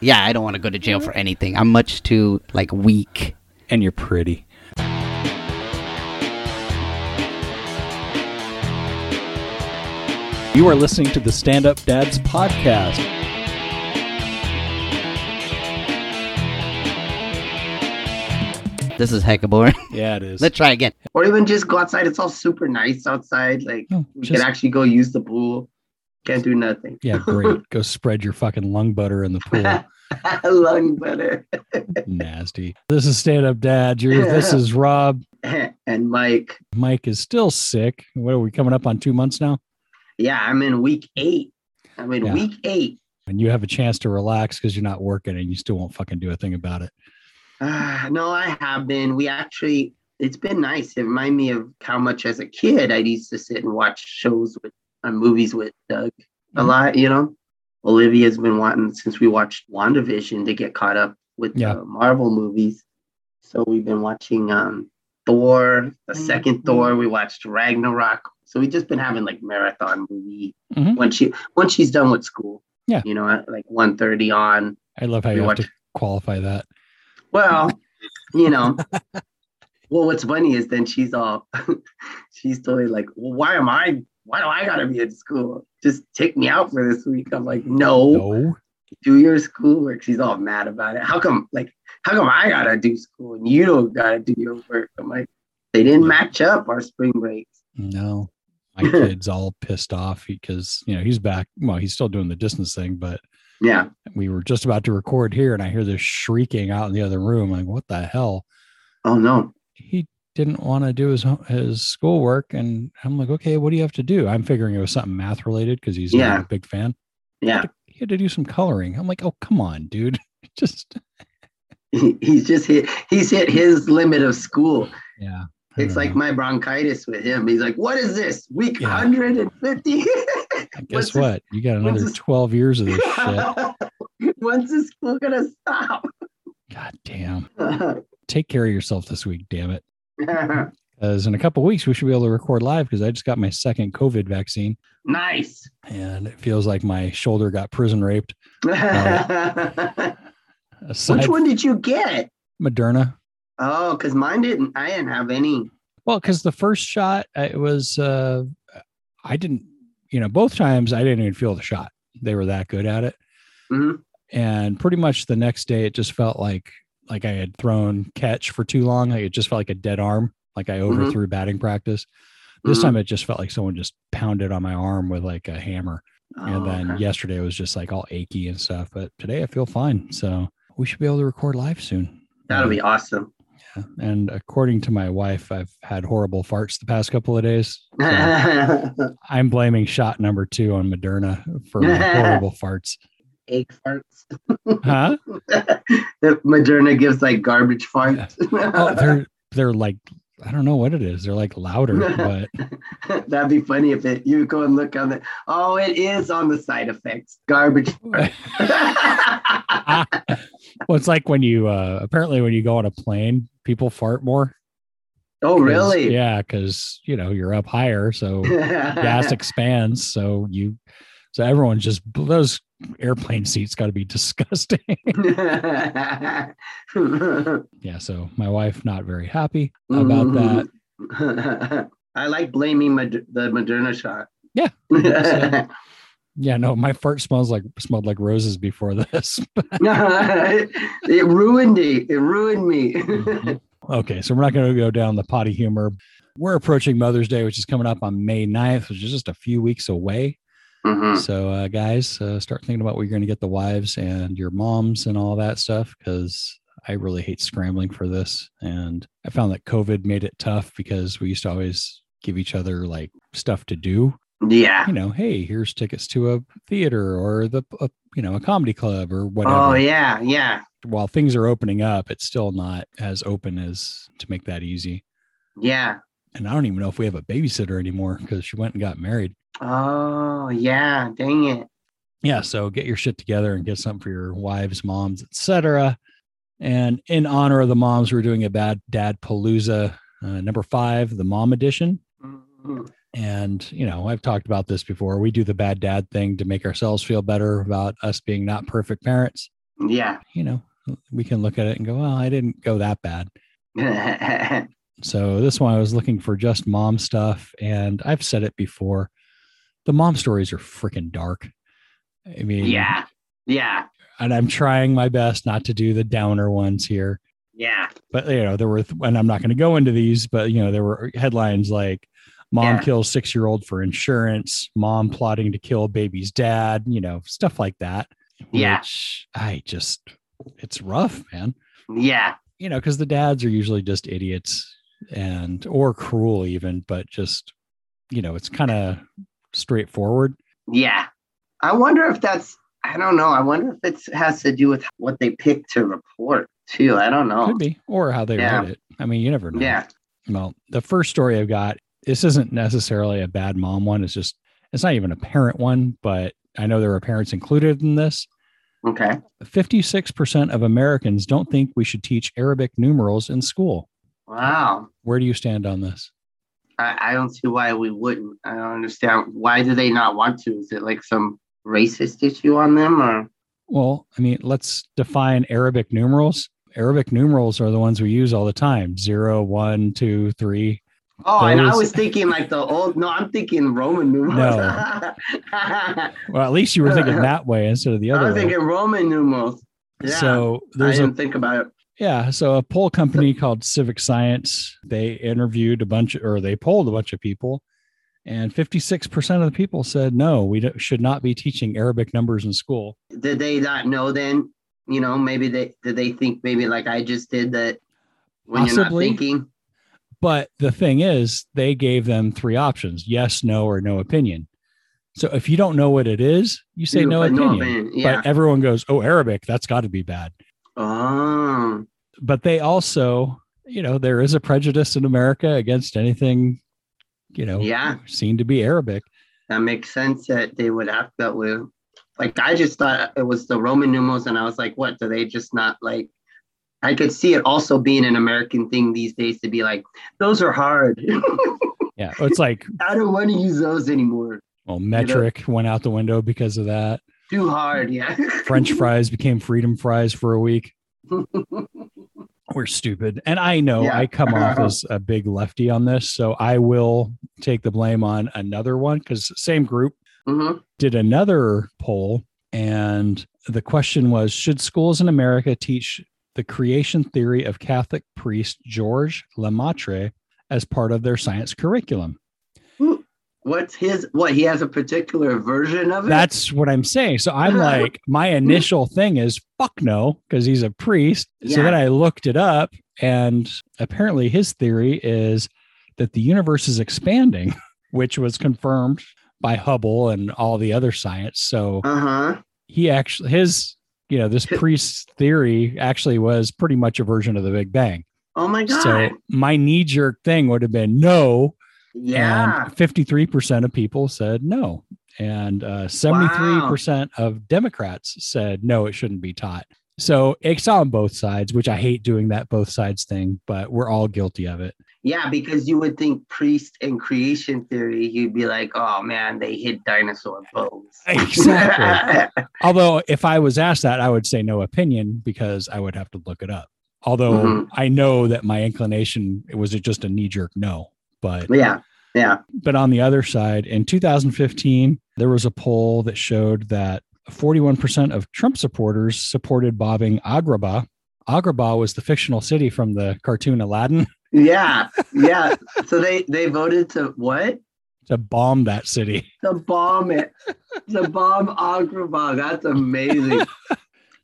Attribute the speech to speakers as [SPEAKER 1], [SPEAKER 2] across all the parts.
[SPEAKER 1] Yeah, I don't want to go to jail for anything. I'm much too like weak.
[SPEAKER 2] And you're pretty. You are listening to the Stand Up Dads podcast.
[SPEAKER 1] This is hecka boring.
[SPEAKER 2] Yeah, it is.
[SPEAKER 1] Let's try again.
[SPEAKER 3] Or even just go outside. It's all super nice outside. Like
[SPEAKER 2] No,
[SPEAKER 3] you
[SPEAKER 2] Oh, just-
[SPEAKER 3] can actually go use the pool. Can't do nothing.
[SPEAKER 2] yeah, great. Go spread your fucking lung butter in the pool.
[SPEAKER 3] Lung butter.
[SPEAKER 2] Nasty. This is Stand Up Dad. You're, this is Rob.
[SPEAKER 3] and Mike.
[SPEAKER 2] Mike is still sick. What are we coming up on two months now?
[SPEAKER 3] Yeah, I'm in week eight. I'm in
[SPEAKER 2] Yeah.
[SPEAKER 3] week eight.
[SPEAKER 2] And you have a chance to relax because you're not working and you still won't fucking do a thing about it.
[SPEAKER 3] Ah, no, I have been. We actually, it's been nice. It reminded me of how much as a kid I used to sit and watch shows with uh, movies with Doug a
[SPEAKER 2] Mhm.
[SPEAKER 3] lot, you know. Olivia's been wanting since we watched WandaVision to get caught up with
[SPEAKER 2] Yeah.
[SPEAKER 3] the Marvel movies. So we've been watching um Thor, the
[SPEAKER 2] Mm-hmm.
[SPEAKER 3] second Thor, we watched Ragnarok. So we've just been having like marathon movie
[SPEAKER 2] Mhm.
[SPEAKER 3] when she when she's done with school.
[SPEAKER 2] Yeah.
[SPEAKER 3] You know, at like 1:30 on.
[SPEAKER 2] I love how
[SPEAKER 3] We
[SPEAKER 2] you have
[SPEAKER 3] watch-
[SPEAKER 2] to qualify that.
[SPEAKER 3] Well, you know. well, what's funny is then she's all, she's totally like, well, why am I? Why do I gotta be at school? Just take me out for this week. I'm like, no,
[SPEAKER 2] No.
[SPEAKER 3] do your schoolwork. She's all mad about it. How come? Like, how come I gotta do school and you don't gotta do your work? I'm like, they didn't match up our spring breaks.
[SPEAKER 2] No. My kid's all pissed off because, you know, he's back. Well, he's still doing the distance thing, but
[SPEAKER 3] Yeah,
[SPEAKER 2] we were just about to record here and I hear this shrieking out in the other room. Like, what the hell?
[SPEAKER 3] oh no,
[SPEAKER 2] He didn't want to do his hom- his schoolwork. And I'm like, okay, what do you have to do? I'm figuring it was something math related because he's
[SPEAKER 3] Yeah.
[SPEAKER 2] not a big fan.
[SPEAKER 3] yeah.
[SPEAKER 2] He had to do some coloring. I'm like, oh, come on, dude. Just,
[SPEAKER 3] He- he's just hit. He's hit his limit of school.
[SPEAKER 2] yeah. I
[SPEAKER 3] It's
[SPEAKER 2] don't
[SPEAKER 3] like
[SPEAKER 2] know.
[SPEAKER 3] my bronchitis with him. He's like, what is this? Week
[SPEAKER 2] Yeah.
[SPEAKER 3] 150.
[SPEAKER 2] guess
[SPEAKER 3] what's-
[SPEAKER 2] what? You got another
[SPEAKER 3] this-
[SPEAKER 2] 12 years of this shit.
[SPEAKER 3] When's the school gonna stop?
[SPEAKER 2] God damn. Take care of yourself this week, damn it. Because in a couple weeks, we should be able to record live because I just got my second COVID vaccine
[SPEAKER 3] nice.
[SPEAKER 2] and it feels like my shoulder got prison raped. Aside
[SPEAKER 3] Which one did you get?
[SPEAKER 2] Moderna.
[SPEAKER 3] Oh, because mine didn't. I didn't have any.
[SPEAKER 2] Well, because the first shot, I- it was, uh, I didn't, you know, both times I didn't even feel the shot. They were that good at it.
[SPEAKER 3] Mhm.
[SPEAKER 2] And pretty much the next day, it just felt like, like I had thrown catch for too long. Like it just felt like a dead arm. Like I
[SPEAKER 3] Mm-hmm.
[SPEAKER 2] overthrew batting practice. This
[SPEAKER 3] Mhm.
[SPEAKER 2] time, it just felt like someone just pounded on my arm with like a hammer. and
[SPEAKER 3] Oh,
[SPEAKER 2] then
[SPEAKER 3] okay.
[SPEAKER 2] yesterday was just like all achy and stuff but today i feel fine so we should be able to record live soon
[SPEAKER 3] that'll be awesome.
[SPEAKER 2] Uh, and according to my wife i've had horrible farts the past couple of days so
[SPEAKER 3] Egg
[SPEAKER 2] i'm blaming shot number two on moderna for my horrible farts
[SPEAKER 3] farts.
[SPEAKER 2] huh
[SPEAKER 3] That Moderna gives like garbage farts.
[SPEAKER 2] oh, they're they're like i don't know what it is they're like louder but
[SPEAKER 3] That'd be funny if it you go and look on the oh it is on the side effects. Garbage fart.
[SPEAKER 2] well it's like when you uh apparently when you go on a plane people fart more
[SPEAKER 3] oh
[SPEAKER 2] 'cause-
[SPEAKER 3] really?
[SPEAKER 2] yeah because you know you're up higher so gas expands so you so everyone's just those airplane seats got to be disgusting yeah so my wife not very happy about
[SPEAKER 3] Mm-hmm.
[SPEAKER 2] that
[SPEAKER 3] that. I like blaming Mod- the Moderna shot.
[SPEAKER 2] Yeah.
[SPEAKER 3] Yeah.
[SPEAKER 2] yeah no my fart smells like smelled like roses before this
[SPEAKER 3] it, it ruined me. It ruined me.
[SPEAKER 2] Mm-hmm. okay so we're not going to go down the potty humor we're approaching mother's day which is coming up on may 9th which is just a few weeks away
[SPEAKER 3] Mhm.
[SPEAKER 2] so uh, guys uh, start thinking about what you're going to get the wives and your moms and all that stuff because i really hate scrambling for this and i found that covid made it tough because we used to always give each other like stuff to do
[SPEAKER 3] Yeah.
[SPEAKER 2] you know hey here's tickets to a theater or the a, you know a comedy club or whatever
[SPEAKER 3] Oh yeah, yeah,
[SPEAKER 2] while things are opening up it's still not as open as to make that easy
[SPEAKER 3] yeah.
[SPEAKER 2] and i don't even know if we have a babysitter anymore because she went and got married
[SPEAKER 3] Oh yeah. Dang it.
[SPEAKER 2] yeah so get your shit together and get something for your wives moms etc and in honor of the moms we're doing a bad dad palooza uh, number five the mom edition
[SPEAKER 3] Mhm.
[SPEAKER 2] and you know i've talked about this before we do the bad dad thing to make ourselves feel better about us being not perfect parents
[SPEAKER 3] Yeah.
[SPEAKER 2] You know, we can look at it and go, well, I didn't go that bad. So this one I was looking for just mom stuff, and I've said it before. The mom stories are freaking dark. I mean,
[SPEAKER 3] yeah. Yeah.
[SPEAKER 2] and I'm trying my best not to do the downer ones here.
[SPEAKER 3] Yeah.
[SPEAKER 2] But you know, there were and I'm not going to go into these, but you know, there were headlines like mom
[SPEAKER 3] Yeah.
[SPEAKER 2] kills 6-year-old for insurance, mom plotting to kill baby's dad, you know, stuff like that.
[SPEAKER 3] Yeah.
[SPEAKER 2] Which I just it's rough, man.
[SPEAKER 3] Yeah.
[SPEAKER 2] You know, cuz the dads are usually just idiots and or cruel even, but just you know, it's kind of straightforward.
[SPEAKER 3] Yeah. I wonder if that's I don't know. I wonder if it's has to do with what they pick to report too. I don't know.
[SPEAKER 2] Could be or how they
[SPEAKER 3] Yeah.
[SPEAKER 2] wrote it. I mean, you never know.
[SPEAKER 3] Yeah.
[SPEAKER 2] Well, the first story I've got, this isn't necessarily a bad mom one. It's just, it's not even a parent one, but I know there are parents included in this.
[SPEAKER 3] Okay.
[SPEAKER 2] 56% of Americans don't think we should teach Arabic numerals in school.
[SPEAKER 3] Wow.
[SPEAKER 2] Where do you stand on this?
[SPEAKER 3] I, I don't see why we wouldn't. I don't understand. Why do they not want to? Is it like some racist issue on them or
[SPEAKER 2] Well, I mean, let's define Arabic numerals. Arabic numerals are the ones we use all the time zero, one, two, three.
[SPEAKER 3] Oh, and I
[SPEAKER 2] Those-
[SPEAKER 3] was thinking like the old no, I'm thinking Roman numerals.
[SPEAKER 2] No.
[SPEAKER 3] I
[SPEAKER 2] Well, at least you were thinking that way instead of the other
[SPEAKER 3] was
[SPEAKER 2] way.
[SPEAKER 3] thinking Roman numerals. Yeah.
[SPEAKER 2] So
[SPEAKER 3] I
[SPEAKER 2] there's a
[SPEAKER 3] didn't think about it.
[SPEAKER 2] Yeah. So a poll company called Civic Science, they interviewed a bunch or they polled a bunch of people, and 56% of the people said, no, we don't- should not be teaching Arabic numbers in school.
[SPEAKER 3] Did they not know then? You know, maybe they did they think maybe like I just did that when you're not
[SPEAKER 2] Possibly.
[SPEAKER 3] thinking.
[SPEAKER 2] But the thing is, they gave them three options yes, no, or no opinion. So if you don't know what it is, you say
[SPEAKER 3] You
[SPEAKER 2] no
[SPEAKER 3] put
[SPEAKER 2] opinion.
[SPEAKER 3] opinion. Yeah.
[SPEAKER 2] But everyone goes, oh, Arabic, that's got to be bad.
[SPEAKER 3] oh.
[SPEAKER 2] But they also, you know, there is a prejudice in America against anything, you know,
[SPEAKER 3] Yeah.
[SPEAKER 2] seen to be Arabic.
[SPEAKER 3] That makes sense that they would act that way. Like I just thought it was the Roman numerals, and I was like, what? Do they just not like? I could see it also being an American thing these days to be like, those are hard.
[SPEAKER 2] Yeah. It's like
[SPEAKER 3] I don't want to use those anymore.
[SPEAKER 2] Well, metric went out the window because of that.
[SPEAKER 3] Too hard, yeah.
[SPEAKER 2] French fries became freedom fries for a week. We're stupid. And I know
[SPEAKER 3] Yeah.
[SPEAKER 2] I come off as a big lefty on this. So I will take the blame on another one because same group
[SPEAKER 3] Mhm.
[SPEAKER 2] did another poll. And the question was Should schools in America teach the creation theory of Catholic priest George Lemaitre as part of their science curriculum?
[SPEAKER 3] What's his? What he has a particular version of it.
[SPEAKER 2] That's what I'm saying. So I'm like, my initial thing is fuck no, because he's a priest. So
[SPEAKER 3] Yeah.
[SPEAKER 2] then I looked it up, and apparently his theory is that the universe is expanding, which was confirmed by Hubble and all the other science. So
[SPEAKER 3] Uh huh.
[SPEAKER 2] he actually, his, you know, this priest's theory actually was pretty much a version of the Big Bang.
[SPEAKER 3] Oh my god.
[SPEAKER 2] So my knee jerk thing would have been no,
[SPEAKER 3] yeah.
[SPEAKER 2] and 53% of people said no. And uh, 73% of Democrats said no, it shouldn't be taught. So it's on both sides, which I hate doing that both sides thing, but we're all guilty of it.
[SPEAKER 3] Yeah, because you would think priest and creation theory, you'd be like, oh man, they hid dinosaur bones.
[SPEAKER 2] Exactly. Although, if I was asked that, I would say no opinion because I would have to look it up. Although
[SPEAKER 3] Mhm.
[SPEAKER 2] I know that my inclination it was just a knee jerk no, but
[SPEAKER 3] yeah. Yeah.
[SPEAKER 2] But on the other side, in 2015, there was a poll that showed that 41% of Trump supporters supported bobbing Agrabah. Agrabah was the fictional city from the cartoon Aladdin
[SPEAKER 3] Yeah. Yeah. so they they voted to what?
[SPEAKER 2] to bomb that city.
[SPEAKER 3] The bomb it. The bomb Agrabah. That's amazing.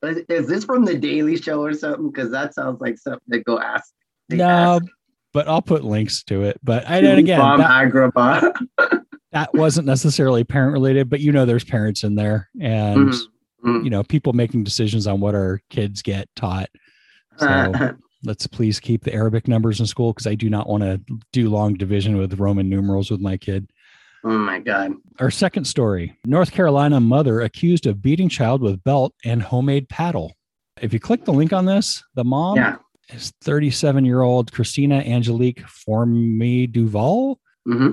[SPEAKER 3] is, is this from the Daily Show or something? Because that sounds like something they go ask. they
[SPEAKER 2] No,
[SPEAKER 3] ask.
[SPEAKER 2] but I'll put links to it. But I did again,
[SPEAKER 3] bomb
[SPEAKER 2] that,
[SPEAKER 3] Agrabah.
[SPEAKER 2] that wasn't necessarily parent related, but you know, there's parents in there and,
[SPEAKER 3] Mhm. Mm.
[SPEAKER 2] you know, people making decisions on what our kids get taught. So let's please keep the Arabic numbers in school because I do not want to do long division with Roman numerals with my kid.
[SPEAKER 3] oh my god.
[SPEAKER 2] Our second story North Carolina mother accused of beating child with belt and homemade paddle. If you click the link on this, the mom
[SPEAKER 3] yeah.
[SPEAKER 2] is 37 year old Christina Angelique Forme Duval.
[SPEAKER 3] hmm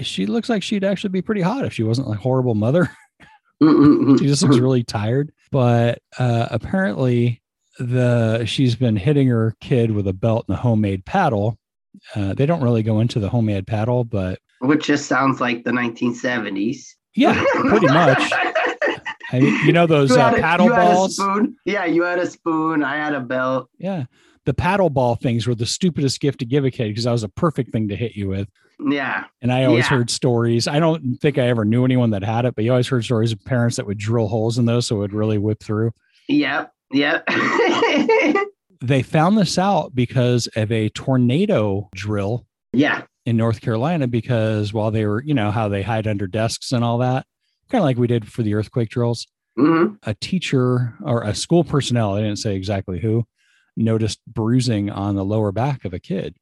[SPEAKER 2] She looks like she'd actually be pretty hot if she wasn't a horrible mother.
[SPEAKER 3] Mm-hmm.
[SPEAKER 2] She just looks really tired. But uh, apparently, the she's been hitting her kid with a belt and a homemade paddle. Uh, they don't really go into the homemade paddle, but
[SPEAKER 3] Mm-hmm. Which just sounds like the 1970s.
[SPEAKER 2] yeah, pretty much. I mean, you know those
[SPEAKER 3] You
[SPEAKER 2] uh,
[SPEAKER 3] had a-
[SPEAKER 2] paddle
[SPEAKER 3] you had a
[SPEAKER 2] balls.
[SPEAKER 3] spoon. Yeah, you had a spoon. I had a belt.
[SPEAKER 2] Yeah. The paddle ball things were the stupidest gift to give a kid because that was a perfect thing to hit you with.
[SPEAKER 3] Yeah.
[SPEAKER 2] And I always
[SPEAKER 3] Yeah.
[SPEAKER 2] heard stories. I don't think I ever knew anyone that had it, but you always heard stories of parents that would drill holes in those so it would really whip through.
[SPEAKER 3] Yep. Yep.
[SPEAKER 2] They found this out because of a tornado drill
[SPEAKER 3] yeah.
[SPEAKER 2] in North Carolina because while they were, you know, how they hide under desks and all that, kind of like we did for the earthquake drills,
[SPEAKER 3] hmm
[SPEAKER 2] a teacher or a school personnel, I didn't say exactly who, noticed bruising on the lower back of a kid.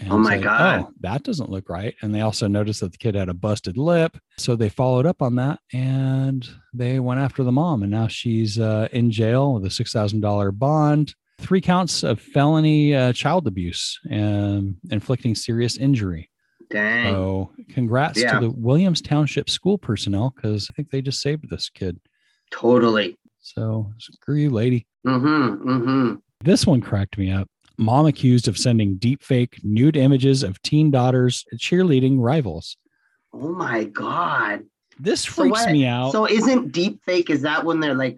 [SPEAKER 2] And
[SPEAKER 3] Oh
[SPEAKER 2] it's
[SPEAKER 3] my God.
[SPEAKER 2] Oh, that doesn't look right. And they also noticed that the kid had a busted lip. So they followed up on that and they went after the mom. And now she's uh, in jail with a $6,000 bond, three counts of felony uh, child abuse and inflicting serious injury.
[SPEAKER 3] Dang.
[SPEAKER 2] So congrats
[SPEAKER 3] Yeah.
[SPEAKER 2] to the Williams Township school personnel because I think they just saved this kid.
[SPEAKER 3] Totally.
[SPEAKER 2] So screw you, lady.
[SPEAKER 3] Mm-hmm. Mm-hmm.
[SPEAKER 2] This one cracked me up. Mom accused of sending deepfake nude images of teen daughters cheerleading rivals.
[SPEAKER 3] Oh my God.
[SPEAKER 2] This
[SPEAKER 3] So
[SPEAKER 2] freaks
[SPEAKER 3] what-
[SPEAKER 2] me out.
[SPEAKER 3] So isn't deep fake? Is that when they're like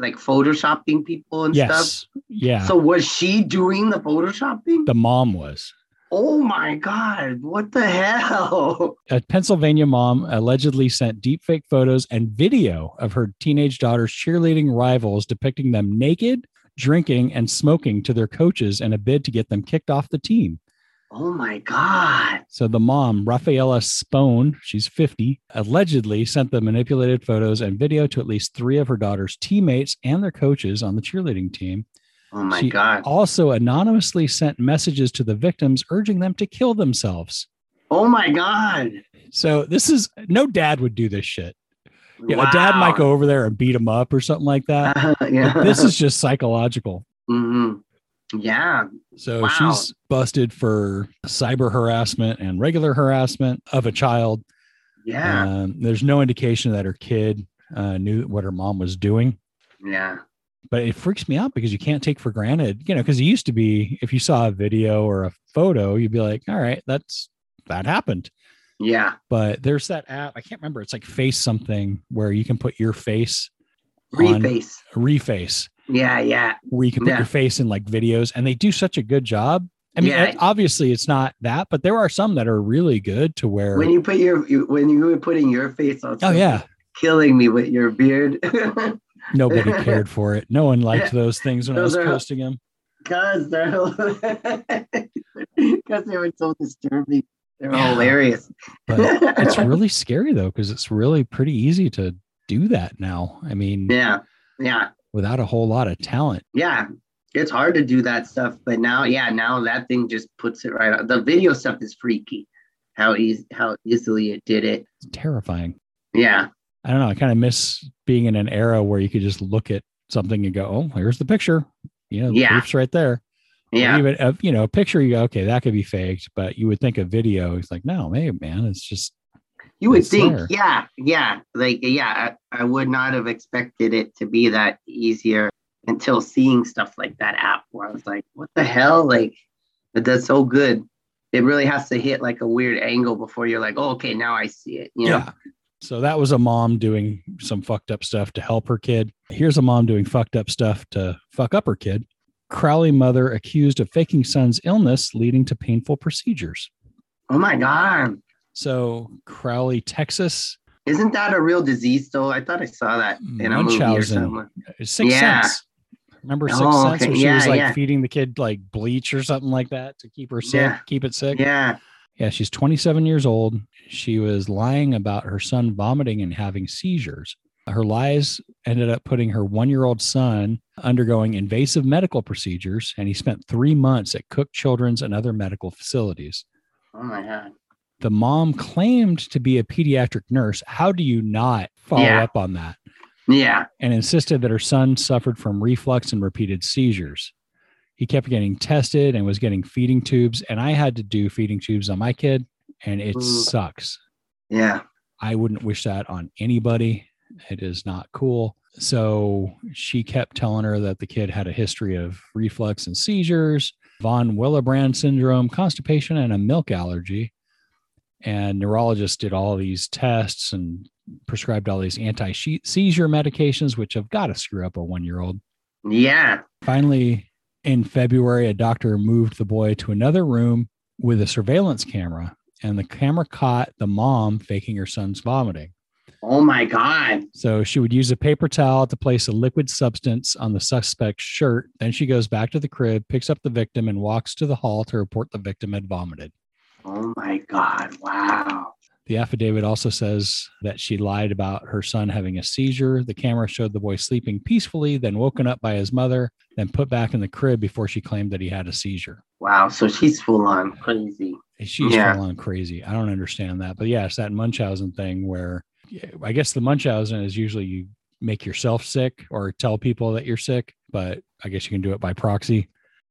[SPEAKER 3] like photoshopping people and
[SPEAKER 2] yes. Yeah.
[SPEAKER 3] stuff? So was she doing the photoshopping?
[SPEAKER 2] the mom was.
[SPEAKER 3] oh my God. What the hell?
[SPEAKER 2] A Pennsylvania mom allegedly sent deepfake photos and video of her teenage daughter's cheerleading rivals depicting them naked, drinking, and smoking to their coaches in a bid to get them kicked off the team.
[SPEAKER 3] Oh my God.
[SPEAKER 2] So the mom, Rafaela Spone, she's 50, allegedly sent the manipulated photos and video to at least three of her daughter's teammates and their coaches on the cheerleading team.
[SPEAKER 3] Oh my
[SPEAKER 2] She-
[SPEAKER 3] God.
[SPEAKER 2] Also anonymously sent messages to the victims urging them to kill themselves.
[SPEAKER 3] Oh my God.
[SPEAKER 2] So this is no dad would do this shit. Yeah, a dad
[SPEAKER 3] Wow.
[SPEAKER 2] might go over there and beat him up or something like that.
[SPEAKER 3] yeah.
[SPEAKER 2] But this is just psychological.
[SPEAKER 3] Mhm. Yeah.
[SPEAKER 2] So
[SPEAKER 3] Wow.
[SPEAKER 2] she's busted for cyber harassment and regular harassment of a child.
[SPEAKER 3] Yeah.
[SPEAKER 2] Um, there's no indication that her kid uh, knew what her mom was doing,
[SPEAKER 3] yeah.
[SPEAKER 2] but it freaks me out because you can't take for granted, you know, because it used to be if you saw a video or a photo, you'd be like, all right, that's that happened.
[SPEAKER 3] Yeah.
[SPEAKER 2] But there's that app, I can't remember, it's like Face something where you can put your face on
[SPEAKER 3] Reface.
[SPEAKER 2] reface,
[SPEAKER 3] Yeah. Yeah.
[SPEAKER 2] where you can put
[SPEAKER 3] Yeah.
[SPEAKER 2] your face in like videos, and they do such a good job. I mean,
[SPEAKER 3] Yeah.
[SPEAKER 2] obviously it's not that, but there are some that are really good to where,
[SPEAKER 3] When you put your you- when you were putting your face on,
[SPEAKER 2] oh
[SPEAKER 3] something,
[SPEAKER 2] yeah,
[SPEAKER 3] killing me with your beard,
[SPEAKER 2] nobody cared for it. No one liked those things when
[SPEAKER 3] Those
[SPEAKER 2] I was
[SPEAKER 3] are-
[SPEAKER 2] posting them.
[SPEAKER 3] because they're because they were so disturbing. They're
[SPEAKER 2] Yeah.
[SPEAKER 3] hilarious.
[SPEAKER 2] but it's really scary though because it's really pretty easy to do that now i mean
[SPEAKER 3] yeah. Yeah.
[SPEAKER 2] without a whole lot of talent
[SPEAKER 3] Yeah. It's hard to do that stuff, but now, yeah, now that thing just puts it right. out. The video stuff is freaky. How easy, how easily it did it.
[SPEAKER 2] it's terrifying
[SPEAKER 3] Yeah.
[SPEAKER 2] i don't know i kind of miss being in an era where you could just look at something and go oh here's the picture you know the
[SPEAKER 3] Yeah.
[SPEAKER 2] proof's right there Or
[SPEAKER 3] Yeah.
[SPEAKER 2] even a, you know a picture you go okay that could be faked but you would think a video it's like no hey man it's just
[SPEAKER 3] You would
[SPEAKER 2] Yes,
[SPEAKER 3] think,
[SPEAKER 2] sir.
[SPEAKER 3] yeah, yeah, like, yeah, I, I would not have expected it to be that easier until seeing stuff like that app where I was like, what the hell? Like, it does so good. It really has to hit like a weird angle before you're like, oh, okay, now I see it. You know?
[SPEAKER 2] so that was a mom doing some fucked up stuff to help her kid. Here's a mom doing fucked up stuff to fuck up her kid. Crowley mother accused of faking son's illness, leading to painful procedures.
[SPEAKER 3] Oh my God.
[SPEAKER 2] So, Crowley, Texas,
[SPEAKER 3] Isn't that a real disease though? I thought I saw that in a movie or
[SPEAKER 2] Munchausen.
[SPEAKER 3] somewhere.
[SPEAKER 2] Six
[SPEAKER 3] Yeah.
[SPEAKER 2] Sense. Remember Six
[SPEAKER 3] Oh,
[SPEAKER 2] Sense
[SPEAKER 3] okay.
[SPEAKER 2] where she
[SPEAKER 3] Yeah,
[SPEAKER 2] was like
[SPEAKER 3] yeah.
[SPEAKER 2] feeding the kid like bleach or something like that to keep her sick,
[SPEAKER 3] Yeah.
[SPEAKER 2] keep it sick?
[SPEAKER 3] Yeah.
[SPEAKER 2] Yeah, she's 27 years old. She was lying about her son vomiting and having seizures. Her lies ended up putting her one year old son undergoing invasive medical procedures, and he spent three months at Cook Children's and other medical facilities.
[SPEAKER 3] Oh my God.
[SPEAKER 2] The mom claimed to be a pediatric nurse. How do you not follow
[SPEAKER 3] Yeah.
[SPEAKER 2] up on that?
[SPEAKER 3] Yeah.
[SPEAKER 2] And insisted that her son suffered from reflux and repeated seizures. He kept getting tested and was getting feeding tubes, and I had to do feeding tubes on my kid, and it
[SPEAKER 3] Ooh.
[SPEAKER 2] sucks.
[SPEAKER 3] Yeah.
[SPEAKER 2] I wouldn't wish that on anybody. It is not cool. So she kept telling her that the kid had a history of reflux and seizures, von Willebrand syndrome, constipation, and a milk allergy. And neurologists did all these tests and prescribed all these anti seizure medications, which have got to screw up a one year old.
[SPEAKER 3] Yeah.
[SPEAKER 2] Finally, in February, a doctor moved the boy to another room with a surveillance camera, and the camera caught the mom faking her son's vomiting.
[SPEAKER 3] Oh my God.
[SPEAKER 2] So she would use a paper towel to place a liquid substance on the suspect's shirt. Then she goes back to the crib, picks up the victim, and walks to the hall to report the victim had vomited.
[SPEAKER 3] Oh my God. Wow.
[SPEAKER 2] The affidavit also says that she lied about her son having a seizure. The camera showed the boy sleeping peacefully, then woken up by his mother, then put back in the crib before she claimed that he had a seizure.
[SPEAKER 3] Wow. So she's full on crazy.
[SPEAKER 2] She's
[SPEAKER 3] Yeah.
[SPEAKER 2] full on crazy. I don't understand that. But yeah, it's that Munchausen thing where I guess the Munchausen is usually you make yourself sick or tell people that you're sick, but I guess you can do it by proxy.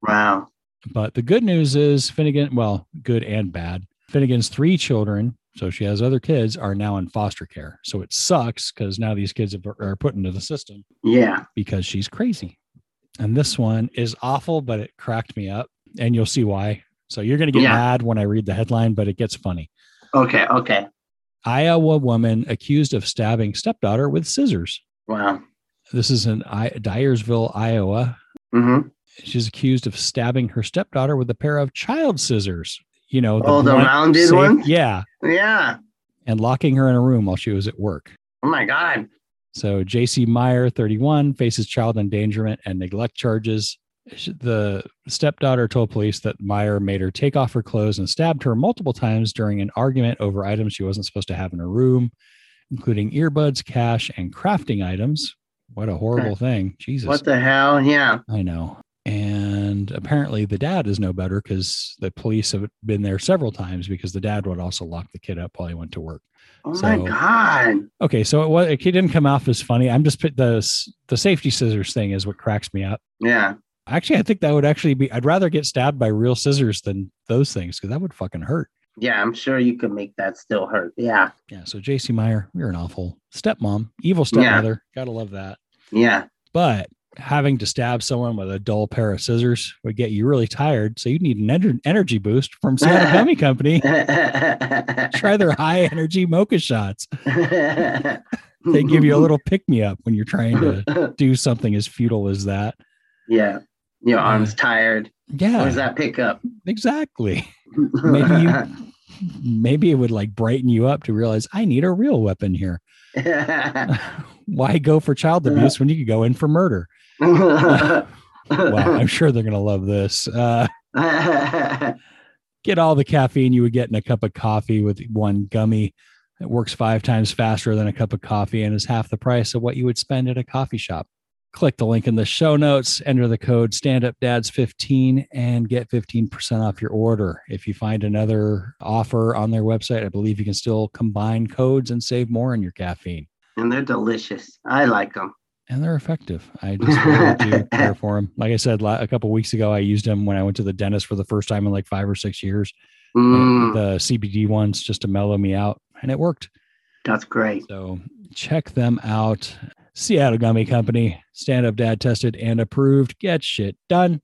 [SPEAKER 3] Wow.
[SPEAKER 2] But the good news is Finnegan, well, good and bad. Finnegan's three children, so she has other kids, are now in foster care. So it sucks because now these kids are- are put into the system
[SPEAKER 3] Yeah.
[SPEAKER 2] because she's crazy. And this one is awful, but it cracked me up. And you'll see why. So you're going to get
[SPEAKER 3] Yeah.
[SPEAKER 2] mad when I read the headline, but it gets funny.
[SPEAKER 3] Okay. Okay.
[SPEAKER 2] Iowa woman accused of stabbing stepdaughter with scissors.
[SPEAKER 3] Wow.
[SPEAKER 2] This is in I- Dyersville, Iowa.
[SPEAKER 3] Mm-hmm.
[SPEAKER 2] She's accused of stabbing her stepdaughter with a pair of child scissors. You know,
[SPEAKER 3] Oh, the
[SPEAKER 2] blunt,
[SPEAKER 3] rounded
[SPEAKER 2] safe-
[SPEAKER 3] ones?
[SPEAKER 2] Yeah,
[SPEAKER 3] Yeah.
[SPEAKER 2] and locking her in a room while she was at work.
[SPEAKER 3] Oh my God.
[SPEAKER 2] So J.C. Meyer, 31, faces child endangerment and neglect charges. She- The stepdaughter told police that Meyer made her take off her clothes and stabbed her multiple times during an argument over items she wasn't supposed to have in her room, including earbuds, cash, and crafting items. What a horrible thing. Jesus.
[SPEAKER 3] What the hell? Yeah.
[SPEAKER 2] I know. And apparently the dad is no better because the police have been there several times because the dad would also lock the kid up while he went to work.
[SPEAKER 3] Oh
[SPEAKER 2] So-
[SPEAKER 3] my God.
[SPEAKER 2] Okay, so it was it didn't come off as funny. I'm just put the s- the safety scissors thing is what cracks me up.
[SPEAKER 3] Yeah.
[SPEAKER 2] Actually, I think that would actually be. I'd rather get stabbed by real scissors than those things because that would fucking hurt.
[SPEAKER 3] Yeah. I'm sure you could make that still hurt. Yeah.
[SPEAKER 2] Yeah. So J.C. Meyer, you're an awful stepmom, evil stepmother. Gotta love that.
[SPEAKER 3] Yeah.
[SPEAKER 2] But having to stab someone with a dull pair of scissors would get you really tired. So you need an ener- energy boost from Seattle Gummy Company. Try their high energy mocha shots. They give you a little pick me up when you're trying to do something as futile as that.
[SPEAKER 3] yeah. Your arm's tired.
[SPEAKER 2] Yeah,
[SPEAKER 3] What does that pick up?
[SPEAKER 2] exactly. Maybe you, maybe it would like brighten you up to realize I need a real weapon here. Why go for child
[SPEAKER 3] Yeah.
[SPEAKER 2] abuse when you could go in for murder? Wow, I'm sure they're gonna love this. Uh, get all the caffeine you would get in a cup of coffee with one gummy. It works five times faster than a cup of coffee and is half the price of what you would spend at a coffee shop. Click the link in the show notes, enter the code STANDUPDADS15 and get 15% off your order. If you find another offer on their website, I believe you can still combine codes and save more on your caffeine.
[SPEAKER 3] and they're delicious. I like them.
[SPEAKER 2] And they're effective. I just really do care for them. Like I said la- a couple weeks ago, I used them when I went to the dentist for the first time in like five or six years
[SPEAKER 3] Mm.
[SPEAKER 2] the CBD ones just to mellow me out, and it worked.
[SPEAKER 3] that's great.
[SPEAKER 2] So check them out. Seattle Gummy Company, stand up dad tested and approved. Get shit done.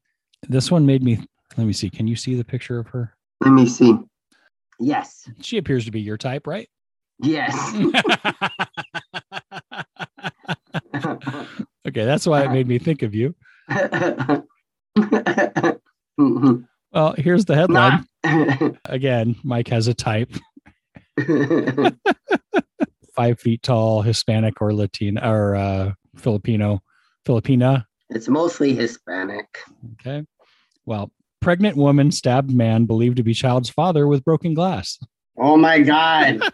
[SPEAKER 2] This one made me. Let me see. Can you see the picture of her?
[SPEAKER 3] Let me see. Yes.
[SPEAKER 2] She appears to be your type, right?
[SPEAKER 3] Yes.
[SPEAKER 2] okay, that's why it made me think of you.
[SPEAKER 3] Mhm.
[SPEAKER 2] Well, here's the headline.
[SPEAKER 3] Nah.
[SPEAKER 2] Again, Mike has a type. Five feet tall, Hispanic or Latina or uh, Filipino, Filipina.
[SPEAKER 3] it's mostly Hispanic.
[SPEAKER 2] Okay. Well, pregnant woman stabbed man believed to be child's father with broken glass.
[SPEAKER 3] Oh my God.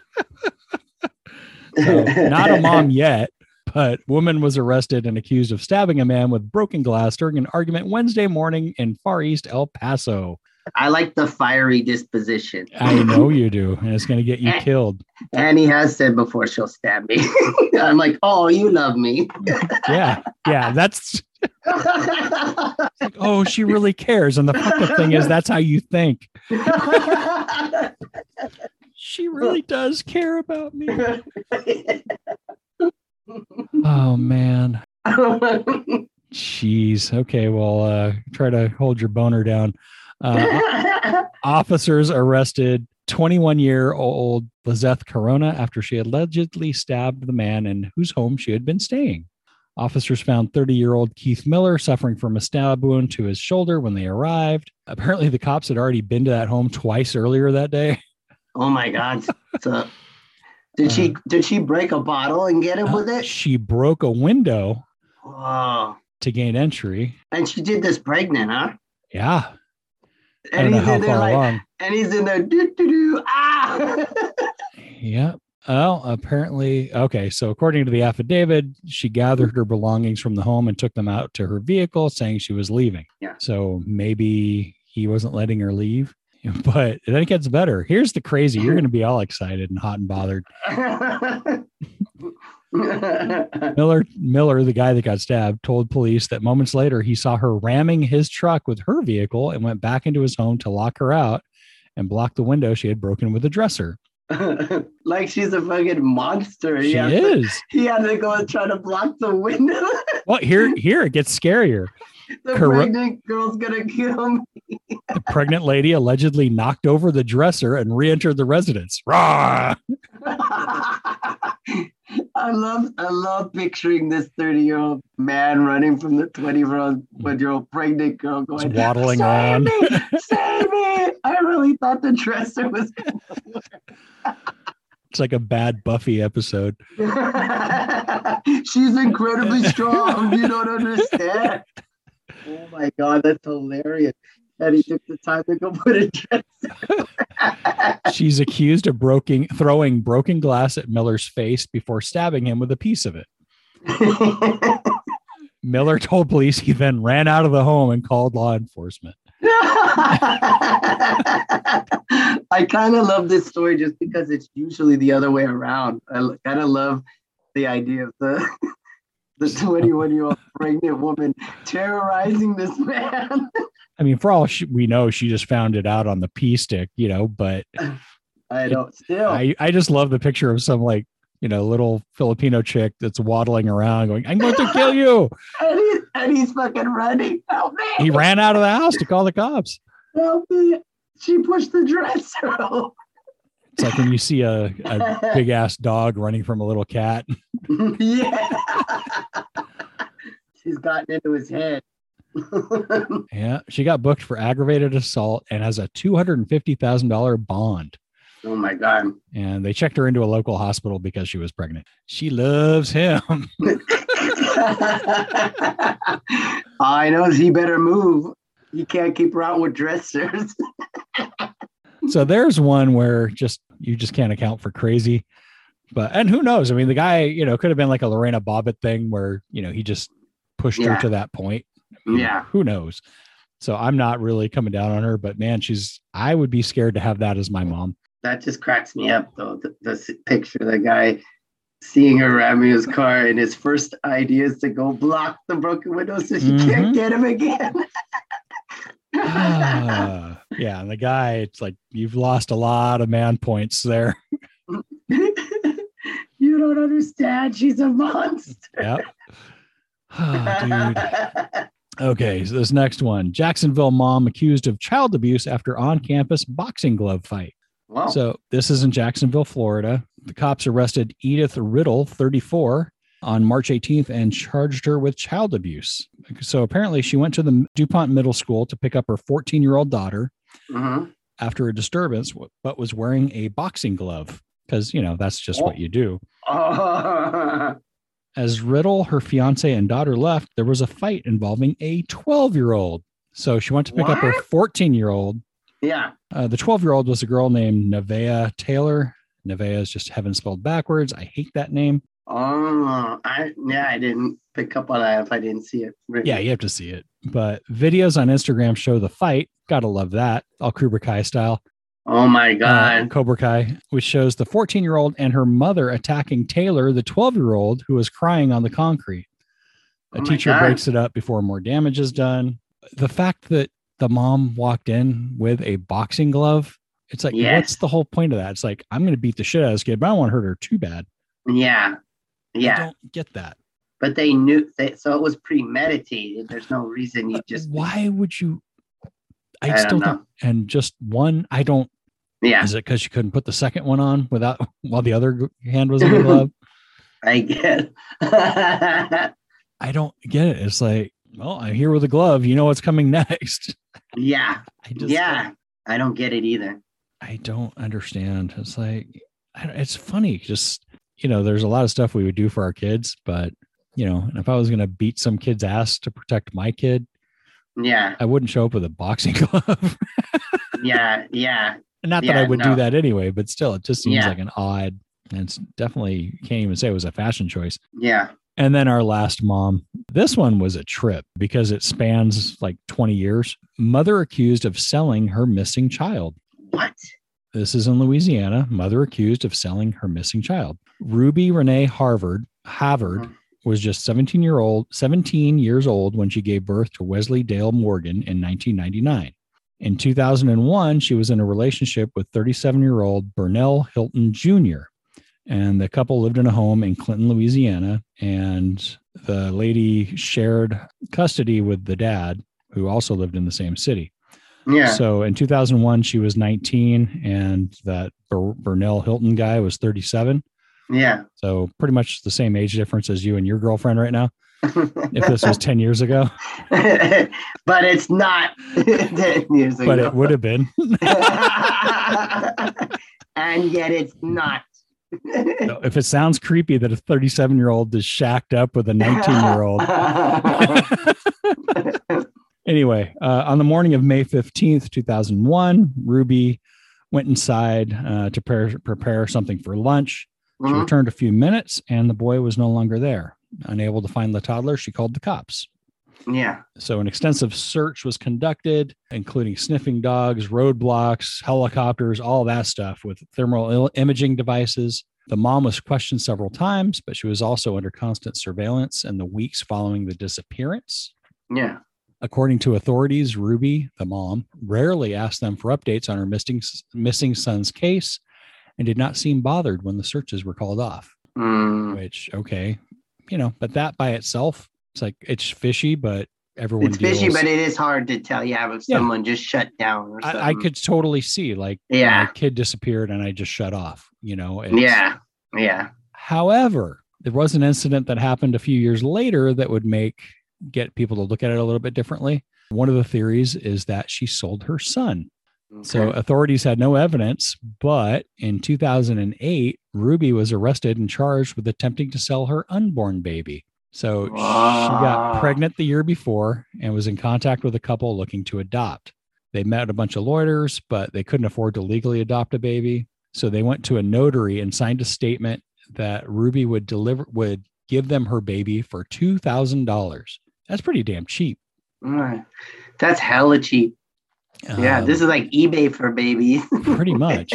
[SPEAKER 2] So, not a mom yet, but woman was arrested and accused of stabbing a man with broken glass during an argument Wednesday morning in Far East El Paso.
[SPEAKER 3] I like the fiery disposition.
[SPEAKER 2] I know you do, and it's going to get you killed.
[SPEAKER 3] Annie has said before she'll stab me. I'm like, oh, you love me.
[SPEAKER 2] Yeah. Yeah, that's
[SPEAKER 3] Uh-huh.
[SPEAKER 2] like, oh, she really cares. And the fucked up thing is that's how you think. She really does care about me. Oh man. Jeez. Okay. Well, uh, try to hold your boner down. Uh, officers arrested 21 year old Lizeth Corona after she allegedly stabbed the man in whose home she had been staying. Officers found 30 year old Keith Miller suffering from a stab wound to his shoulder when they arrived. Apparently, the cops had already been to that home twice earlier that day.
[SPEAKER 3] oh my God. So, did she
[SPEAKER 2] Mm.
[SPEAKER 3] did she break a bottle and get him with it?
[SPEAKER 2] She broke a window
[SPEAKER 3] Oh,
[SPEAKER 2] to gain entry.
[SPEAKER 3] and she did this pregnant, huh?
[SPEAKER 2] Yeah. I don't
[SPEAKER 3] And
[SPEAKER 2] know
[SPEAKER 3] he's
[SPEAKER 2] how
[SPEAKER 3] in
[SPEAKER 2] far
[SPEAKER 3] there like,
[SPEAKER 2] along.
[SPEAKER 3] and he's in there, doo doo doo, ah.
[SPEAKER 2] Yeah. Oh, apparently. Okay. So, according to the affidavit, she gathered her belongings from the home and took them out to her vehicle, saying she was leaving.
[SPEAKER 3] Yeah.
[SPEAKER 2] So, maybe he wasn't letting her leave. But then it gets better. Here's the crazy you're going to be all excited and hot and bothered. Miller, Miller, the guy that got stabbed, told police that moments later he saw her ramming his truck with her vehicle and went back into his home to lock her out and block the window she had broken with a dresser.
[SPEAKER 3] like she's a fucking monster.
[SPEAKER 2] She
[SPEAKER 3] he, has To,
[SPEAKER 2] is.
[SPEAKER 3] he had to go and try to block the window.
[SPEAKER 2] Well, here, here it gets scarier.
[SPEAKER 3] the
[SPEAKER 2] Corru-
[SPEAKER 3] pregnant girl's gonna kill him.
[SPEAKER 2] The pregnant lady allegedly knocked over the dresser and re-entered the residence. Rah!
[SPEAKER 3] I love I love picturing this 30 year old man running from the 20 year old one year old pregnant girl
[SPEAKER 2] It's
[SPEAKER 3] going
[SPEAKER 2] waddling
[SPEAKER 3] Save
[SPEAKER 2] around.
[SPEAKER 3] me! Save me! I really thought the dresser was
[SPEAKER 2] It's like a bad Buffy episode.
[SPEAKER 3] She's incredibly strong. You don't understand. Oh my god, that's hilarious. And he took the time to go put a dresser.
[SPEAKER 2] She's accused of broken, throwing broken glass at Miller's face before stabbing him with a piece of it. Miller told police he then ran out of the home and called law enforcement.
[SPEAKER 3] I kind of love this story just because it's usually the other way around. I kind of love the idea of the the 21 year old pregnant woman terrorizing this man.
[SPEAKER 2] I mean, for all she, we know, she just found it out on the pee stick, you know, but
[SPEAKER 3] I don't still.
[SPEAKER 2] I, I just love the picture of some like, you know, little Filipino chick that's waddling around going, I'm going to kill you.
[SPEAKER 3] and, he's, and he's fucking running. Help me!
[SPEAKER 2] He ran out of the house to call the cops.
[SPEAKER 3] Help me! She pushed the dresser. over.
[SPEAKER 2] It's like when you see a, a big ass dog running from a little cat.
[SPEAKER 3] yeah. She's gotten into his head. Oh
[SPEAKER 2] Yeah. She got booked for aggravated assault and has a $250,000 bond.
[SPEAKER 3] oh my god.
[SPEAKER 2] And they checked her into a local hospital because she was pregnant. She loves him.
[SPEAKER 3] I knows he better move. He can't keep her out with dressers.
[SPEAKER 2] so there's one where just you just can't account for crazy. But and who knows? I mean, the guy, you know, could have been like a Lorena Bobbitt thing where, you know, he just pushed
[SPEAKER 3] Yeah.
[SPEAKER 2] her to that point.
[SPEAKER 3] yeah.
[SPEAKER 2] Who knows? So I'm not really coming down on her, but man, she's I would be scared to have that as my mom.
[SPEAKER 3] That just cracks me up though. The, the s- picture of the guy seeing her ramming his car and his first idea is to go block the broken window so she
[SPEAKER 2] Mhm.
[SPEAKER 3] can't get him again.
[SPEAKER 2] Ah, yeah, and the guy, it's like you've lost a lot of man points there.
[SPEAKER 3] you don't understand. She's a monster.
[SPEAKER 2] Yep. Ah, dude. Okay, so this next one: Jacksonville mom accused of child abuse after on-campus boxing glove fight.
[SPEAKER 3] Wow.
[SPEAKER 2] So this is in Jacksonville, Florida. The cops arrested Edith Riddle, 34, on March 18th and charged her with child abuse. So apparently, she went to the DuPont Middle School to pick up her 14-year-old daughter
[SPEAKER 3] Mhm.
[SPEAKER 2] after a disturbance, w- but was wearing a boxing glove because, you know, that's just what you do.
[SPEAKER 3] Oh.
[SPEAKER 2] As Riddle, her fiance, and daughter left, there was a fight involving a 12 year old. So she went to pick up her 14 year old.
[SPEAKER 3] Yeah.
[SPEAKER 2] Uh, the 12 year old was a girl named Nevea Taylor. Nevea is just heaven spelled backwards. I hate that name.
[SPEAKER 3] Oh, I yeah, I didn't pick up on that if I didn't see it. written.
[SPEAKER 2] Yeah, you have to see it. But videos on Instagram show the fight. Gotta love that. All Cobra Kai style.
[SPEAKER 3] Oh my
[SPEAKER 2] uh,
[SPEAKER 3] god.
[SPEAKER 2] Cobra Kai, which shows the 14 year old and her mother attacking Taylor, the 12 year old, who is crying on the concrete. A
[SPEAKER 3] Oh my
[SPEAKER 2] teacher
[SPEAKER 3] God.
[SPEAKER 2] breaks it up before more damage is done. The fact that the mom walked in with a boxing glove, it's like,
[SPEAKER 3] Yes.
[SPEAKER 2] what's the whole point of that? It's like, I'm going to beat the shit out of this kid, but I don't want to hurt her too bad.
[SPEAKER 3] yeah.
[SPEAKER 2] I
[SPEAKER 3] Yeah.
[SPEAKER 2] don't get that.
[SPEAKER 3] But they knew they, so it was premeditated. There's no reason you just
[SPEAKER 2] Why would you? I,
[SPEAKER 3] I
[SPEAKER 2] still
[SPEAKER 3] don't know.
[SPEAKER 2] don't. And just one, I don't.
[SPEAKER 3] Yeah,
[SPEAKER 2] Is it because you couldn't put the second one on without while the other g- hand was in the glove?
[SPEAKER 3] I guess.
[SPEAKER 2] I don't get it. It's like, well, I'm here with a glove. You know what's coming next.
[SPEAKER 3] yeah,
[SPEAKER 2] I just,
[SPEAKER 3] yeah. I don't get it either.
[SPEAKER 2] I don't understand. It's like, I don't- it's funny. Just, you know, there's a lot of stuff we would do for our kids, but, you know, and if I was going to beat some kid's ass to protect my kid,
[SPEAKER 3] Yeah,
[SPEAKER 2] I wouldn't show up with a boxing glove.
[SPEAKER 3] yeah, yeah.
[SPEAKER 2] Not that I
[SPEAKER 3] Yeah,
[SPEAKER 2] would do
[SPEAKER 3] no.
[SPEAKER 2] that anyway, but still, it just seems
[SPEAKER 3] Yeah.
[SPEAKER 2] like an odd, and it's definitely you can't even say it was a fashion choice.
[SPEAKER 3] Yeah.
[SPEAKER 2] And then our last mom. This one was a trip because it spans like 20 years. Mother accused of selling her missing child.
[SPEAKER 3] What?
[SPEAKER 2] This is in Louisiana. Mother accused of selling her missing child. Ruby Renee Harvard, Harvard
[SPEAKER 3] Mhm.
[SPEAKER 2] was just 17 year old, 17 years old when she gave birth to Wesley Dale Morgan in 1999. In 2001, she was in a relationship with 37 year old Burnell Hilton Jr. And the couple lived in a home in Clinton, Louisiana. And the lady shared custody with the dad, who also lived in the same city.
[SPEAKER 3] Yeah.
[SPEAKER 2] So in 2001, she was 19, and that Bur- Burnell Hilton guy was 37.
[SPEAKER 3] yeah.
[SPEAKER 2] So pretty much the same age difference as you and your girlfriend right now. If this was 10 years ago,
[SPEAKER 3] but it's not 10 years
[SPEAKER 2] but
[SPEAKER 3] ago.
[SPEAKER 2] it would have been.
[SPEAKER 3] and yet it's not.
[SPEAKER 2] So if it sounds creepy that a 37 year old is shacked up with a 19 year old.
[SPEAKER 3] Mm-hmm.
[SPEAKER 2] Anyway, uh, on the morning of May 15th, 2001, Ruby went inside uh, to pre- prepare something for lunch. She
[SPEAKER 3] Mhm.
[SPEAKER 2] returned a few minutes, and the boy was no longer there. Unable to find the toddler, she called the cops.
[SPEAKER 3] Yeah.
[SPEAKER 2] So an extensive search was conducted, including sniffing dogs, roadblocks, helicopters, all that stuff with thermal il- imaging devices. The mom was questioned several times, but she was also under constant surveillance in the weeks following the disappearance.
[SPEAKER 3] Yeah.
[SPEAKER 2] According to authorities, Ruby, the mom, rarely asked them for updates on her missing, missing son's case and did not seem bothered when the searches were called off,
[SPEAKER 3] Mm.
[SPEAKER 2] which, okay, you know, but that by itself, it's like it's fishy, but everyone
[SPEAKER 3] It's fishy,
[SPEAKER 2] deals-
[SPEAKER 3] but it is hard to tell. Yeah, if
[SPEAKER 2] Yeah.
[SPEAKER 3] someone just shut down or something.
[SPEAKER 2] I, I could totally see like
[SPEAKER 3] Yeah.
[SPEAKER 2] my kid disappeared and I just shut off, you know. it's-
[SPEAKER 3] Yeah. Yeah.
[SPEAKER 2] However, there was an incident that happened a few years later that would make get people to look at it a little bit differently. One of the theories is that she sold her son. So
[SPEAKER 3] Okay.
[SPEAKER 2] authorities had no evidence, but in 2008, Ruby was arrested and charged with attempting to sell her unborn baby. So she got
[SPEAKER 3] Wow.
[SPEAKER 2] pregnant the year before and was in contact with a couple looking to adopt. They met a bunch of lawyers, but they couldn't afford to legally adopt a baby. So they went to a notary and signed a statement that Ruby would deliver would give them her baby for $2,000. That's pretty damn cheap.
[SPEAKER 3] Mm. That's hella cheap. yeah.
[SPEAKER 2] Um,
[SPEAKER 3] This is like eBay for babies.
[SPEAKER 2] pretty much.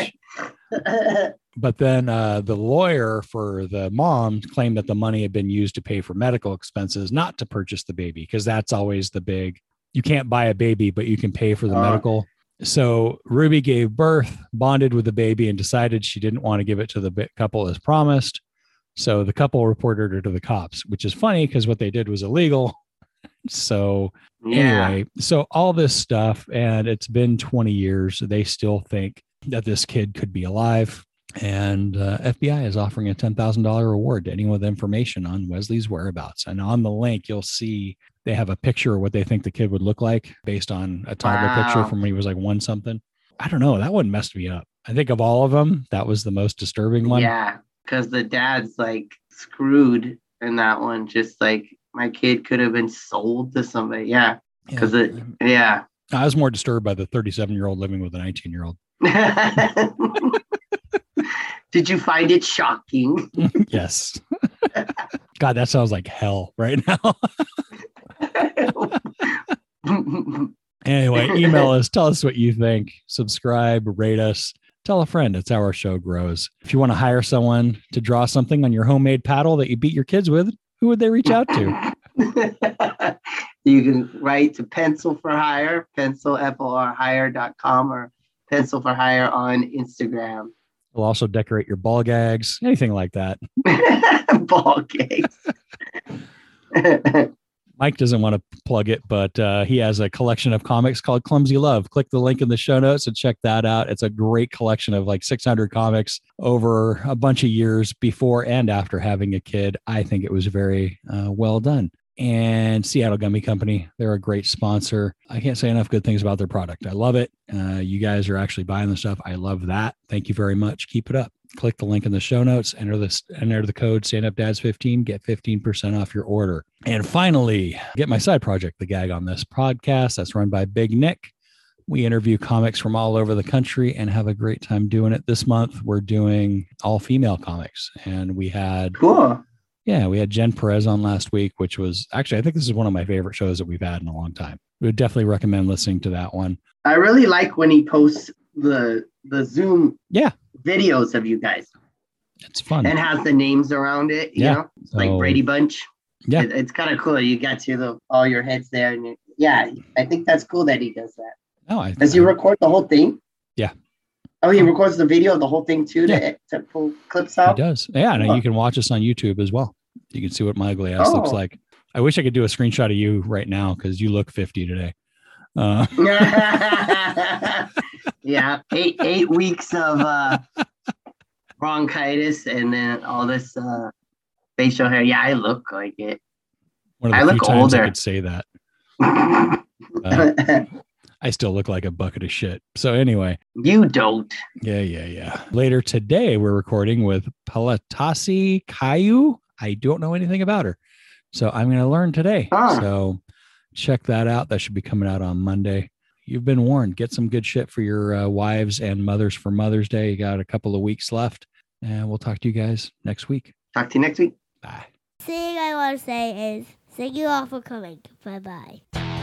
[SPEAKER 2] but then uh, the lawyer for the mom claimed that the money had been used to pay for medical expenses, not to purchase the baby, because that's always the big you can't buy a baby, but you can pay for the
[SPEAKER 3] Ah.
[SPEAKER 2] medical. So Ruby gave birth, bonded with the baby, and decided she didn't want to give it to the bi- couple as promised. So the couple reported her to the cops, which is funny because what they did was illegal. So
[SPEAKER 3] yeah.
[SPEAKER 2] anyway, so all this stuff, and it's been 20 years. They still think that this kid could be alive. And uh, FBI is offering a $10,000 reward to anyone with information on Wesley's whereabouts. And on the link, you'll see they have a picture of what they think the kid would look like based on a toddler picture
[SPEAKER 3] Wow.
[SPEAKER 2] from when he was like one something. I don't know. That one messed me up. I think of all of them, that was the most disturbing one.
[SPEAKER 3] Yeah. Because the dad's like screwed in that one. Just like my kid could have been sold to somebody. Yeah.
[SPEAKER 2] Yeah.
[SPEAKER 3] 'Cause it- Yeah.
[SPEAKER 2] I was more disturbed by the 37 year old living with a 19 year old.
[SPEAKER 3] Did you find it shocking?
[SPEAKER 2] Yes. God, that sounds like hell right now. Anyway, email us. Tell us what you think. Subscribe, rate us. Tell a friend. It's how our show grows. If you want to hire someone to draw something on your homemade paddle that you beat your kids with, who would they reach out to?
[SPEAKER 3] you can write to Pencil for Hire, pencil, com or Pencil for Hire on Instagram.
[SPEAKER 2] We'll also decorate your ball gags, anything like that.
[SPEAKER 3] Ball gags.
[SPEAKER 2] Mike doesn't want to plug it, but uh, he has a collection of comics called Clumsy Love. Click the link in the show notes and check that out. It's a great collection of like 600 comics over a bunch of years before and after having a kid. I think it was very uh, well done. And Seattle Gummy Company, they're a great sponsor. I can't say enough good things about their product. I love it. Uh, you guys are actually buying the stuff. I love that. Thank you very much. Keep it up. Click the link in the show notes. Enter this. Enter the code Stand Up Dads 15. Get 15% off your order. And finally, get my side project, The Gag on This podcast. That's run by Big Nick. We interview comics from all over the country and have a great time doing it. This month, we're doing all female comics, and we had
[SPEAKER 3] cool.
[SPEAKER 2] yeah, we had Jen Perez on last week, which was actually, I think this is one of my favorite shows that we've had in a long time. We would definitely recommend listening to that one.
[SPEAKER 3] I really like when he posts the the Zoom
[SPEAKER 2] Yeah.
[SPEAKER 3] videos of you guys
[SPEAKER 2] It's fun.
[SPEAKER 3] and has the names around it. You
[SPEAKER 2] Yeah.
[SPEAKER 3] know, It's like
[SPEAKER 2] So-
[SPEAKER 3] Brady Bunch.
[SPEAKER 2] Yeah.
[SPEAKER 3] It- it's kind of cool. You got your little, all your heads there, and you, yeah, I think that's cool that he does that.
[SPEAKER 2] No, I,
[SPEAKER 3] Does he record the whole thing?
[SPEAKER 2] Yeah.
[SPEAKER 3] Oh, he records the video of the whole thing too
[SPEAKER 2] Yeah.
[SPEAKER 3] to, to pull clips
[SPEAKER 2] he
[SPEAKER 3] out.
[SPEAKER 2] does. Yeah, and
[SPEAKER 3] Huh.
[SPEAKER 2] you can watch us on YouTube as well. You can see what my ugly ass looks
[SPEAKER 3] Oh.
[SPEAKER 2] like. I wish I could do a screenshot of you right now because you look 50 today. Uh,
[SPEAKER 3] yeah, eight eight weeks of uh, bronchitis and then all this uh, facial hair. Yeah, I look like it.
[SPEAKER 2] one of
[SPEAKER 3] I
[SPEAKER 2] the few
[SPEAKER 3] look
[SPEAKER 2] times I
[SPEAKER 3] older.
[SPEAKER 2] could say that. Uh,
[SPEAKER 3] you
[SPEAKER 2] I still look like a bucket of shit. So anyway,
[SPEAKER 3] don't.
[SPEAKER 2] yeah, yeah, yeah. Later today, we're recording with Palatasi Kayu. I don't know anything about her, so I'm going to learn today.
[SPEAKER 3] Ah.
[SPEAKER 2] So check that out. That should be coming out on Monday. You've been warned. Get some good shit for your uh, wives and mothers for Mother's Day. You got a couple of weeks left, and we'll talk to you guys next week.
[SPEAKER 3] Talk to you next week.
[SPEAKER 2] Bye.
[SPEAKER 4] thing I want to say is thank you all for coming. Bye bye.